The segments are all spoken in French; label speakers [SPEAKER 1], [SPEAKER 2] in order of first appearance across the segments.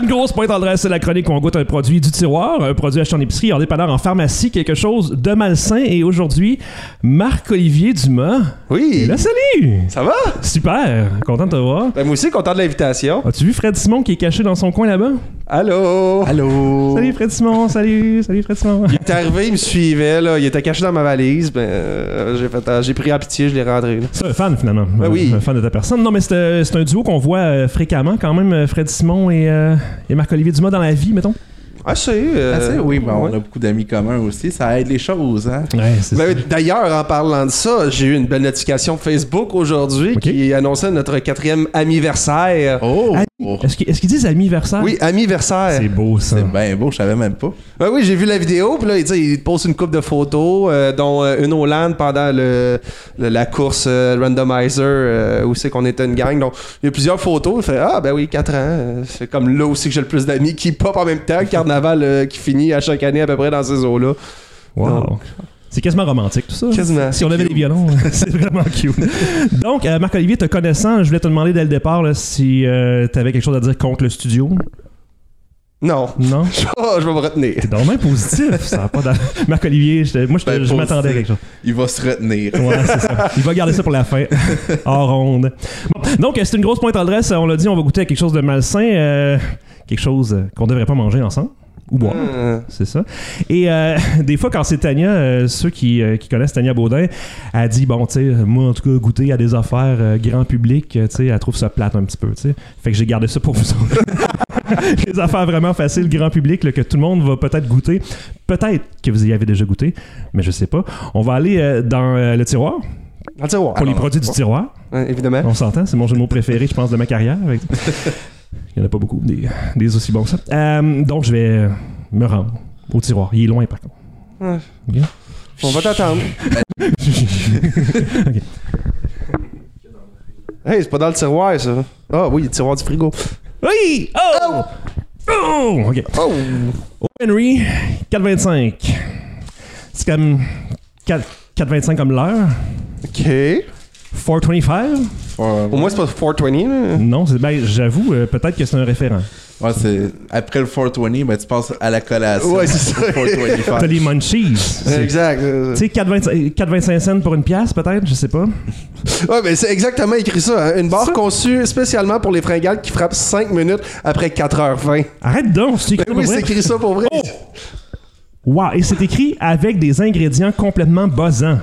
[SPEAKER 1] une grosse pointe en c'est la chronique où on goûte un produit du tiroir, un produit acheté en épicerie, en dépanneur, en pharmacie, quelque chose de malsain. Et aujourd'hui, Marc-Olivier Dumas.
[SPEAKER 2] Oui.
[SPEAKER 1] Et là, salut!
[SPEAKER 2] Ça va?
[SPEAKER 1] Super! Content de te voir.
[SPEAKER 2] Ben, moi aussi, content de l'invitation.
[SPEAKER 1] As-tu vu Fred Simon qui est caché dans son coin là-bas?
[SPEAKER 2] Allô?
[SPEAKER 3] Allô?
[SPEAKER 1] Salut Fred Simon, salut, salut Fred Simon.
[SPEAKER 2] Il est arrivé, il me suivait, là. Il était caché dans ma valise. Ben, euh, j'ai fait, euh, j'ai pris à pitié, je l'ai rentré. là.
[SPEAKER 1] C'est un fan finalement.
[SPEAKER 2] Ben oui.
[SPEAKER 1] Un fan de ta personne. Non, mais c'est euh, c'est un duo qu'on voit euh, fréquemment quand même, euh, Fred Simon et, euh, et Marc-Olivier Dumas dans la vie, mettons.
[SPEAKER 2] Ah, c'est. euh,
[SPEAKER 3] Ah, tu sais, oui, bon,
[SPEAKER 2] ouais.
[SPEAKER 3] on a beaucoup d'amis communs aussi, ça aide les choses, hein?
[SPEAKER 1] Ouais, c'est
[SPEAKER 2] Ben, D'ailleurs, en parlant de ça, j'ai eu une belle notification Facebook aujourd'hui
[SPEAKER 1] Ok.
[SPEAKER 2] qui annonçait notre quatrième anniversaire.
[SPEAKER 3] Oh!
[SPEAKER 1] Ami- Est-ce qu'ils est-ce qu'ils disent anniversaire?
[SPEAKER 2] Oui, anniversaire.
[SPEAKER 1] C'est beau ça.
[SPEAKER 3] C'est bien beau, je savais même pas.
[SPEAKER 2] Ben oui, j'ai vu la vidéo, puis là, il, tu sais, il pose une coupe de photos, euh, dont euh, une Hollande pendant le, le- la course euh, randomizer, euh, où c'est qu'on était une gang. Donc, il y a plusieurs photos. Il fait Ah, ben oui, 4 ans. Euh, C'est comme là aussi que j'ai le plus d'amis qui pop en même temps, le carnaval euh, qui finit à chaque année à peu près dans ces eaux-là.
[SPEAKER 1] Wow. C'est quasiment romantique tout ça.
[SPEAKER 2] Quasiment.
[SPEAKER 1] Si on avait des violons, c'est vraiment cute. Donc, euh, Marc-Olivier, te connaissant, je voulais te demander dès le départ là, si tu avais quelque chose à dire contre le studio.
[SPEAKER 2] Non.
[SPEAKER 1] Non?
[SPEAKER 2] je vais me retenir.
[SPEAKER 1] T'es même positif. ça a pas d'a- Marc-Olivier, j'étais- moi, j'étais-
[SPEAKER 3] Ben,
[SPEAKER 1] je m'attendais à quelque
[SPEAKER 3] positif.
[SPEAKER 1] chose.
[SPEAKER 3] Il va se retenir.
[SPEAKER 1] Ouais, c'est ça. Il va garder ça pour la fin, en ronde. Bon. Donc, euh, c'est une grosse pointe adresse. On l'a dit, on va goûter à quelque chose de malsain, euh, quelque chose euh, qu'on devrait pas manger ensemble ou boire.
[SPEAKER 2] Euh,
[SPEAKER 1] C'est ça. Et euh, des fois, quand c'est Tania, euh, ceux qui, euh, qui connaissent Tania Baudin, elle dit Bon, tu sais, moi, en tout cas, goûter à des affaires euh, grand public, euh, tu sais, elle trouve ça plate un petit peu, tu sais. Fait que j'ai gardé ça pour vous autres. des affaires vraiment faciles, grand public, là, que tout le monde va peut-être goûter. Peut-être que vous y avez déjà goûté, mais je sais pas. On va aller euh, dans euh, le tiroir,
[SPEAKER 2] dans le tiroir.
[SPEAKER 1] pour les produits du tiroir.
[SPEAKER 2] Ouais, évidemment.
[SPEAKER 1] On s'entend, c'est mon jeu de mots préféré, je pense, de ma carrière. Fait que- Il n'y en a pas beaucoup, des, des aussi bons que ça. Euh, donc, je vais me rendre au tiroir. Il est loin, par contre.
[SPEAKER 2] Ouais.
[SPEAKER 1] Ok.
[SPEAKER 2] On va t'attendre.
[SPEAKER 1] Ok.
[SPEAKER 2] Hey, c'est pas dans le tiroir, ça. Ah oui, le tiroir du frigo.
[SPEAKER 1] Oui! Oh! Oh! OK.
[SPEAKER 2] Oh!
[SPEAKER 1] Au Henry, 4,25. C'est comme 4 4,25 comme l'heure.
[SPEAKER 2] OK.
[SPEAKER 1] 4,25?
[SPEAKER 3] Ouais,
[SPEAKER 2] Pour moi, c'est pas 420, là.
[SPEAKER 1] Non, c'est- ben, j'avoue, euh, peut-être que c'est un référent.
[SPEAKER 3] ouais, c'est- Après le 420, ben, tu passes à la collation.
[SPEAKER 2] Ouais, c'est ça.
[SPEAKER 3] 425.
[SPEAKER 1] T'as les munchies. C'est-
[SPEAKER 2] Exact.
[SPEAKER 1] Tu sais, 4,25 4,25 cents pour une pièce, peut-être? Je sais pas.
[SPEAKER 2] Ouais, mais c'est exactement écrit ça. hein. Une barre
[SPEAKER 1] Ça-
[SPEAKER 2] conçue spécialement pour les fringales qui frappe 5 minutes après 4h20.
[SPEAKER 1] Arrête donc, c'est écrit
[SPEAKER 2] Ben
[SPEAKER 1] pour
[SPEAKER 2] oui,
[SPEAKER 1] vrai.
[SPEAKER 2] c'est écrit ça pour vrai.
[SPEAKER 1] Oh! Wow, et c'est écrit avec des ingrédients complètement buzzants.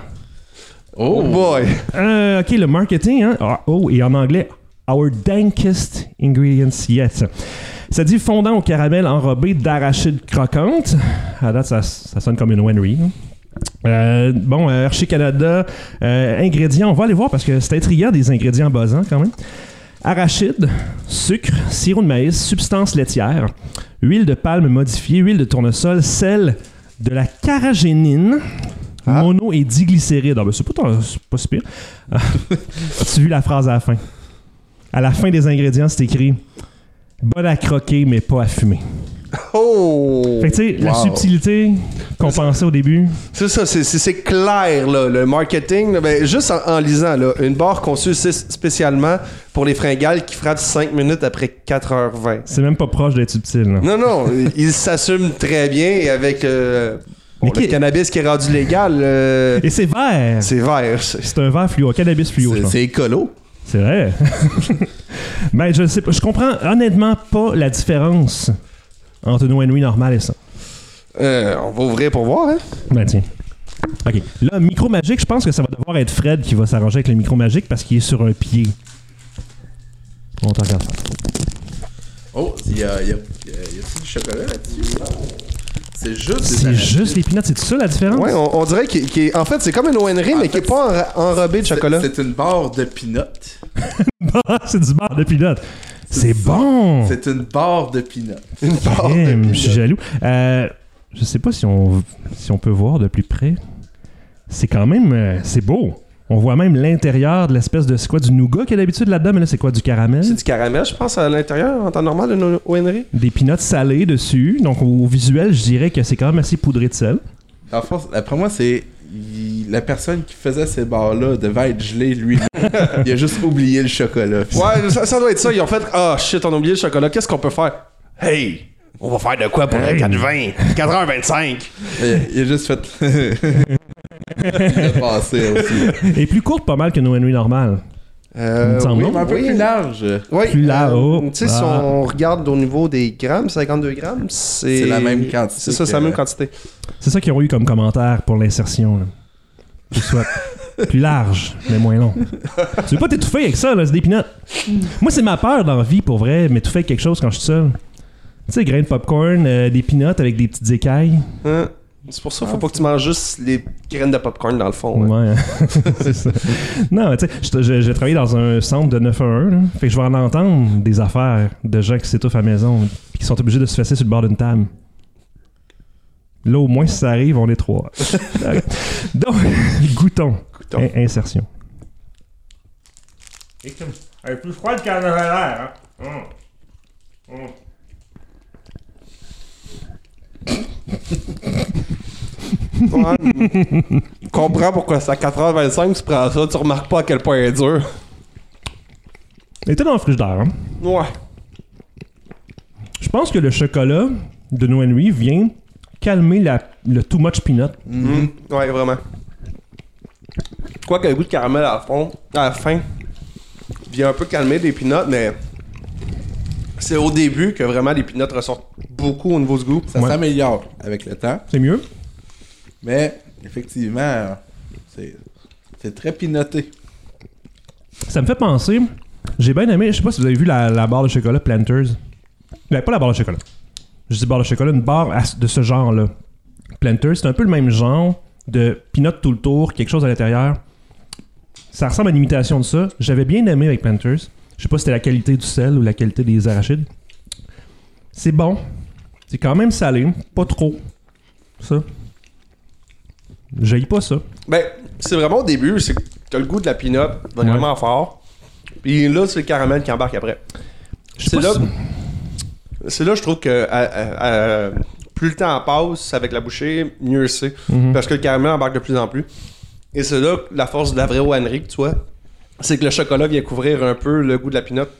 [SPEAKER 2] Oh
[SPEAKER 3] Oh!
[SPEAKER 2] boy.
[SPEAKER 1] Euh, OK, le marketing, hein? Ah, oh, et en anglais, Our dankest ingredients yet. Ça dit fondant au caramel enrobé d'arachide croquante. À date, ça, ça sonne comme une Wenry. hein. Euh, bon, euh, Hershey Canada, euh, ingrédients, on va aller voir parce que c'est intriguant des ingrédients buzzants quand même. Arachide, sucre, sirop de maïs, substance laitière, huile de palme modifiée, huile de tournesol, sel, de la caragénine,
[SPEAKER 2] Ah.
[SPEAKER 1] mono et diglycéride. Ah ben, c'est pas, tant- c'est pas si pire. As-tu vu la phrase à la fin? À la fin des ingrédients, c'est écrit Bonne à croquer, mais pas à fumer.
[SPEAKER 2] Oh!
[SPEAKER 1] Fait que, tu sais, la
[SPEAKER 3] Wow.
[SPEAKER 1] subtilité qu'on pensait au début.
[SPEAKER 2] C'est ça, c'est- c'est c'est clair, là, le marketing. là, ben, juste en, en lisant, là, une barre conçue c'est spécialement pour les fringales qui frappe 5 minutes après 4h20.
[SPEAKER 1] C'est même pas proche d'être subtil. là.
[SPEAKER 2] Non, non, il- il s'assume très bien et avec euh, bon,
[SPEAKER 1] Mais
[SPEAKER 2] le
[SPEAKER 1] qui-
[SPEAKER 2] cannabis qui est rendu légal. euh,
[SPEAKER 1] Et c'est vert.
[SPEAKER 2] c'est vert. c'est-
[SPEAKER 1] C'est un vert fluo, cannabis fluo. je
[SPEAKER 3] C'est-
[SPEAKER 1] pense.
[SPEAKER 3] C'est écolo.
[SPEAKER 1] C'est vrai. ben, je sais pas. Je comprends honnêtement pas la différence entre une Henry normal et ça.
[SPEAKER 2] euh, on va ouvrir pour voir. Hein?
[SPEAKER 1] Ben, tiens. OK. Là, micro magique, je pense que ça va devoir être Fred qui va s'arranger avec le micro magique parce qu'il est sur un pied. On te regarde.
[SPEAKER 3] Oh, il y a, il y a, il y a- il y a-tu du chocolat là-dessus? C'est juste des
[SPEAKER 1] C'est
[SPEAKER 3] arachides.
[SPEAKER 1] juste les peanuts, c'est ça la différence?
[SPEAKER 2] Ouais, on, on dirait qu'il qu'il est- en fait, c'est comme une ONRI, mais qui est
[SPEAKER 3] fait,
[SPEAKER 2] pas enra- enrobée de
[SPEAKER 3] C'est-
[SPEAKER 2] chocolat.
[SPEAKER 3] C'est une barre de peanuts.
[SPEAKER 1] Ah, c'est du bar de pilote. C'est bon!
[SPEAKER 3] C'est une barre de peanuts.
[SPEAKER 2] Une barre de
[SPEAKER 1] Damn, je suis
[SPEAKER 2] peanuts.
[SPEAKER 1] jaloux. Euh, je sais pas si on, si on peut voir de plus près. C'est quand même... euh, c'est beau. On voit même l'intérieur de l'espèce de... C'est quoi, du nougat qu'il y a d'habitude là-dedans? Mais là, c'est quoi, du caramel?
[SPEAKER 2] C'est du caramel, je pense, à l'intérieur, en temps normal, une ONRI.
[SPEAKER 1] Des peanuts salés dessus. Donc, au visuel, je dirais que c'est quand même assez poudré de sel.
[SPEAKER 3] Dans le fond, après moi, c'est. il- La personne qui faisait ces barres-là devait être gelée lui. il a juste oublié le chocolat.
[SPEAKER 2] Ouais, ça, ça doit être ça. Ils ont fait Ah shit, on a oublié le chocolat, qu'est-ce qu'on peut faire Hey! On va faire de quoi pour
[SPEAKER 1] Hey.
[SPEAKER 2] 4h20? 4h25!
[SPEAKER 3] Il, il a juste fait. il a passé aussi.
[SPEAKER 1] Et plus courte pas mal que No Henry normal. Il me
[SPEAKER 2] Euh,
[SPEAKER 1] semble,
[SPEAKER 2] oui,
[SPEAKER 1] non?
[SPEAKER 3] Mais un peu
[SPEAKER 2] Oui.
[SPEAKER 3] plus large.
[SPEAKER 2] oui,
[SPEAKER 1] Plus là-haut.
[SPEAKER 2] euh, Tu sais, si
[SPEAKER 1] Ah.
[SPEAKER 2] on regarde au niveau des grammes, 52 grammes, c'est.
[SPEAKER 3] C'est la même quantité
[SPEAKER 2] C'est ça, c'est
[SPEAKER 3] que-
[SPEAKER 2] la même quantité.
[SPEAKER 1] C'est ça qu'ils ont eu comme commentaire pour l'insertion. là. Qu'il soit plus large, mais moins long. Tu veux pas t'étouffer avec ça, là, c'est des pinottes. Moi, c'est ma peur dans la vie, pour vrai, m'étouffer avec quelque chose quand je suis seul. Tu sais, grains de popcorn, euh, des pinottes avec des petites écailles.
[SPEAKER 2] Hein? C'est pour ça, faut pas que tu manges juste les graines de popcorn dans le fond. hein.
[SPEAKER 1] Ouais, c'est ça. Non, tu sais, je- je- j'ai travaillé dans un centre de 911, là. Fait que je vais en entendre des affaires de gens qui s'étouffent à la maison, puis qui sont obligés de se fesser sur le bord d'une table. Là, au moins, si ça arrive, on est trois. Donc, goûtons.
[SPEAKER 3] Goûtons.
[SPEAKER 1] In- insertion. Elle est plus froide qu'elle avait l'air. hein. Mm.
[SPEAKER 2] Ouais, mais- Je comprends pourquoi c'est à 4h25 tu prends ça, tu remarques pas à quel point elle est dure.
[SPEAKER 1] Elle était dans le frigidaire. Hein?
[SPEAKER 2] Ouais.
[SPEAKER 1] Je pense que le chocolat de Noël Nuit vient calmer la, le too much peanut.
[SPEAKER 2] Mhm. Ouais, vraiment. Quoi que le goût de caramel à la, fond, à la fin vient un peu calmer les peanuts, mais c'est au début que vraiment les peanuts ressortent beaucoup au niveau du goût.
[SPEAKER 3] Ça
[SPEAKER 1] Ouais.
[SPEAKER 3] s'améliore avec le temps.
[SPEAKER 1] C'est mieux?
[SPEAKER 3] Mais effectivement, euh, c'est c'est très pinoté.
[SPEAKER 1] Ça me fait penser. J'ai bien aimé. Je sais pas si vous avez vu la, la barre de chocolat Planters. Ben, pas la barre de chocolat. Je dis barre de chocolat, une barre à ce- de ce genre-là. Planters, c'est un peu le même genre de peanut tout le tour, quelque chose à l'intérieur. Ça ressemble à une imitation de ça. J'avais bien aimé avec Planters. Je sais pas si c'était la qualité du sel ou la qualité des arachides. C'est bon. C'est quand même salé. Pas trop. Ça. J'aille pas ça.
[SPEAKER 2] Ben, c'est vraiment au début, c'est que t'as le goût de la peanut vraiment fort. Puis là, c'est le caramel qui embarque après.
[SPEAKER 1] Je sais
[SPEAKER 2] C'est
[SPEAKER 1] pas
[SPEAKER 2] là,
[SPEAKER 1] si-
[SPEAKER 2] c'est là, je trouve que à- à- à- plus le temps passe avec la bouchée, mieux c'est.
[SPEAKER 1] Mhm.
[SPEAKER 2] Parce que le caramel embarque de plus en plus. Et c'est là que la force de la vraie Wannery que tu vois, c'est que le chocolat vient couvrir un peu le goût de la pinotte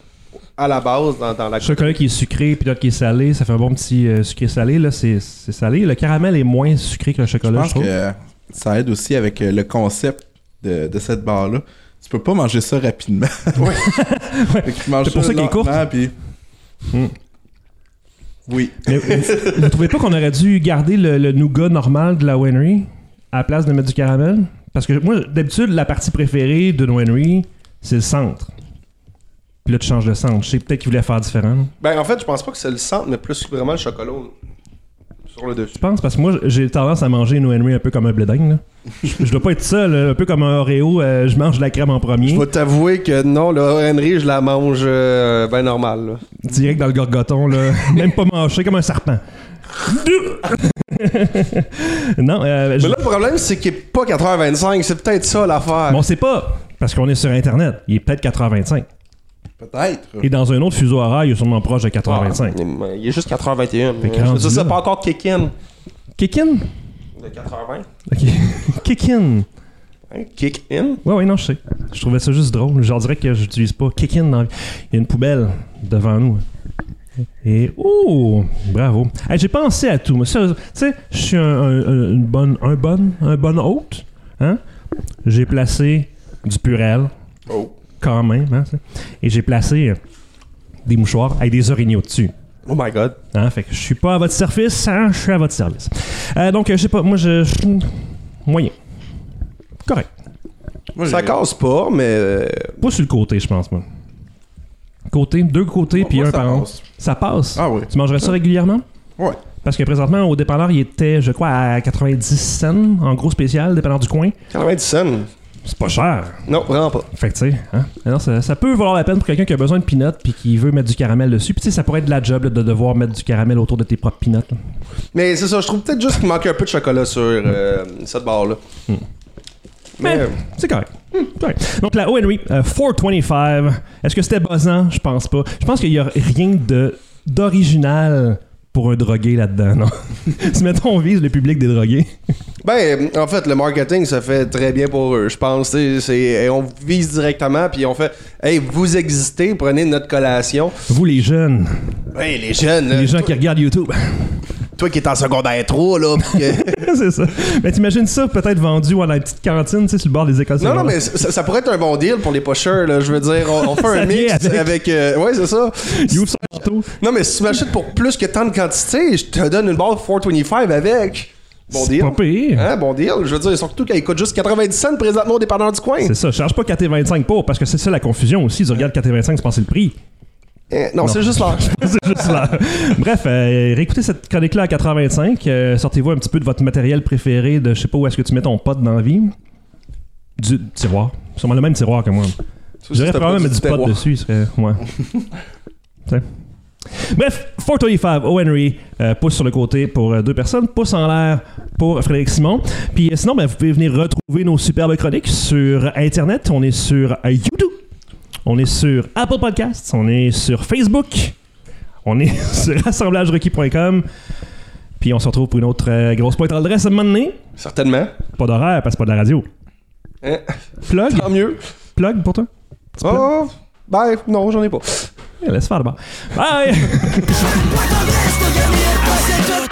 [SPEAKER 2] à la base dans, dans la
[SPEAKER 1] Chocolat qui est sucré, puis d'autres qui est salé, ça fait un bon petit euh, sucré-salé. Là, c'est c'est salé. Le caramel est moins sucré que le
[SPEAKER 3] Je
[SPEAKER 1] chocolat, je,
[SPEAKER 3] pense
[SPEAKER 1] trouve.
[SPEAKER 3] que ça aide aussi avec euh, le concept de, de cette barre-là. Tu peux pas manger ça rapidement. Fait que tu manges
[SPEAKER 1] C'est pour ça qu'elle est courte.
[SPEAKER 3] lentement, puis-
[SPEAKER 1] Hmm.
[SPEAKER 3] Oui.
[SPEAKER 1] Mais vous, vous trouvez pas qu'on aurait dû garder le, le nougat normal de la Wenry à la place de mettre du caramel? Parce que moi, d'habitude, la partie préférée de Wenry, c'est le centre. Puis là, tu changes de centre. Je sais peut-être qu'ils voulaient faire différent. là.
[SPEAKER 2] Ben, en fait, je pense pas que c'est le centre, mais plus vraiment le chocolat sur le dessus.
[SPEAKER 1] Je pense, parce que moi, j'ai tendance à manger une Wenry un peu comme un blé dingue, là. Je, je dois pas être ça, là, un peu comme un Oreo, euh, je mange de la crème en premier,
[SPEAKER 2] Je vais t'avouer que non, le Henry, je la mange euh, ben normal. là.
[SPEAKER 1] direct dans le gorgoton, là, même pas mâché, comme un serpent. non, euh, je-
[SPEAKER 2] Mais là, le problème, c'est qu'il est pas 4h25, c'est peut-être ça l'affaire.
[SPEAKER 1] Bon, on sait pas, parce qu'on est sur Internet. Il est peut-être 4h25.
[SPEAKER 3] Peut-être.
[SPEAKER 1] Et dans un autre fuseau horaire, il est sûrement proche de 4h25.
[SPEAKER 2] Ah, Il est juste 4h21.
[SPEAKER 1] Fait que rendu
[SPEAKER 2] C'est ça,
[SPEAKER 1] là.
[SPEAKER 2] pas encore kick-in. Ah.
[SPEAKER 1] Kick-in?
[SPEAKER 2] De 4h20.
[SPEAKER 1] Ok. Kick-in.
[SPEAKER 2] Hein, kick-in.
[SPEAKER 1] Ouais, ouais, non, je sais. Je trouvais ça juste drôle. Genre, dirais que j'utilise pas Kick-in dans la vie. Il y a une poubelle devant nous. Et, oh, bravo. Hey, J'ai pensé à tout. moi. Ça, Tu sais, je suis un, un- un- une bonne, un bon, un bon hôte. Hein? J'ai placé du purel.
[SPEAKER 3] Oh.
[SPEAKER 1] Quand même. Hein, ça. Et j'ai placé euh, des mouchoirs avec des orignaux dessus.
[SPEAKER 2] Oh my god.
[SPEAKER 1] Hein, fait que je suis pas à votre service, hein, je suis à votre service. Euh, donc, euh, je sais pas, moi, je je suis moyen. Correct.
[SPEAKER 3] Moi,
[SPEAKER 2] Ça
[SPEAKER 3] j'ai-
[SPEAKER 2] casse pas, mais. euh,
[SPEAKER 1] Pas sur le côté, je pense, moi. Côté, deux côtés,
[SPEAKER 3] Moi,
[SPEAKER 1] puis
[SPEAKER 3] moi,
[SPEAKER 1] un
[SPEAKER 3] ça
[SPEAKER 1] par an.
[SPEAKER 3] passe.
[SPEAKER 1] Ça passe?
[SPEAKER 3] Ah oui.
[SPEAKER 1] Tu mangerais ça régulièrement?
[SPEAKER 3] Ouais.
[SPEAKER 1] Parce que présentement, au dépanneur, il était, je crois, à 90 cents, en gros spécial, dépanneur du coin.
[SPEAKER 2] 90 cents.
[SPEAKER 1] C'est pas cher.
[SPEAKER 2] Non, vraiment pas.
[SPEAKER 1] Fait que, tu sais, hein? Alors, ça, ça peut valoir la peine pour quelqu'un qui a besoin de peanuts puis qui veut mettre du caramel dessus. Puis, tu sais, ça pourrait être de la job là, de devoir mettre du caramel autour de tes propres peanuts. là.
[SPEAKER 2] Mais c'est ça, je trouve peut-être juste qu'il manque un peu de chocolat sur euh, cette barre-là.
[SPEAKER 1] Hmm.
[SPEAKER 2] Mais. euh,
[SPEAKER 1] Mais c'est correct. Correct. Donc la E, ONRI 425, euh, est-ce que c'était buzzant? Je pense pas. Je pense qu'il y a rien de d'original pour un drogué là-dedans, non? si mettons on vise le public des drogués.
[SPEAKER 2] Ben, en fait, le marketing se fait très bien pour eux, je pense. tu sais, c'est- et on vise directement, puis on fait Hey, vous existez, prenez notre collation.
[SPEAKER 1] Vous, les jeunes,
[SPEAKER 2] Hey, les jeunes, là,
[SPEAKER 1] les gens
[SPEAKER 2] Euh, toi,
[SPEAKER 1] qui regardent YouTube.
[SPEAKER 2] toi qui es en secondaire 3, là. puis que-
[SPEAKER 1] c'est ça. Mais t'imagines ça peut-être vendu à la petite cantine, tu sais, sur le bord des écoles.
[SPEAKER 2] non, non,
[SPEAKER 1] secondaires.
[SPEAKER 2] mais ça, ça pourrait être un bon deal pour les pushers, là. Je veux dire, on, on fait
[SPEAKER 1] Ça
[SPEAKER 2] un mix
[SPEAKER 1] vient avec.
[SPEAKER 2] avec. euh, ouais, c'est ça.
[SPEAKER 1] Il ouvre son manteau.
[SPEAKER 2] Non, mais si tu m'achètes pour plus que tant de quantité, je te donne une barre 425 avec. Bon
[SPEAKER 1] C'est
[SPEAKER 2] deal.
[SPEAKER 1] pas pire.
[SPEAKER 2] Hein, bon deal. Je veux dire, surtout qu'elle coûte juste 90 cents présentement au dépanneur du coin.
[SPEAKER 1] C'est ça, charge pas 4,25 pour, parce que c'est ça la confusion aussi. Ils regardent 4,25, ils pensent que c'est le prix.
[SPEAKER 2] Eh, non, c'est juste là.
[SPEAKER 1] c'est juste là. Bref, euh, réécoutez cette chronique-là à 4,25. euh, Sortez-vous un petit peu de votre matériel préféré, de je sais pas où est-ce que tu mets ton pote dans la vie. Du tiroir. Sûrement le même tiroir que moi. J'aurais probablement mettre du pot dessus, il serait. Ouais. Tu sais. Bref, 425 O. Henry, euh, pouce sur le côté pour euh, deux personnes, pouce en l'air pour Frédéric Simon. Puis euh, sinon, ben, vous pouvez venir retrouver nos superbes chroniques sur Internet. On est sur euh, YouTube, on est sur Apple Podcasts, on est sur Facebook, on est sur assemblagerequis.com. Puis on se retrouve pour une autre euh, grosse pointe à l'adresse à un moment donné.
[SPEAKER 2] Certainement.
[SPEAKER 1] Pas d'horaire, parce que c'est pas de la radio.
[SPEAKER 2] Hein,
[SPEAKER 1] Plug,
[SPEAKER 2] tant mieux.
[SPEAKER 1] plug pour toi.
[SPEAKER 2] Oh, ben, non, j'en ai pas.
[SPEAKER 1] Eh, Laisse faire d'abord.
[SPEAKER 4] What
[SPEAKER 1] Bye!
[SPEAKER 4] the rest of your life was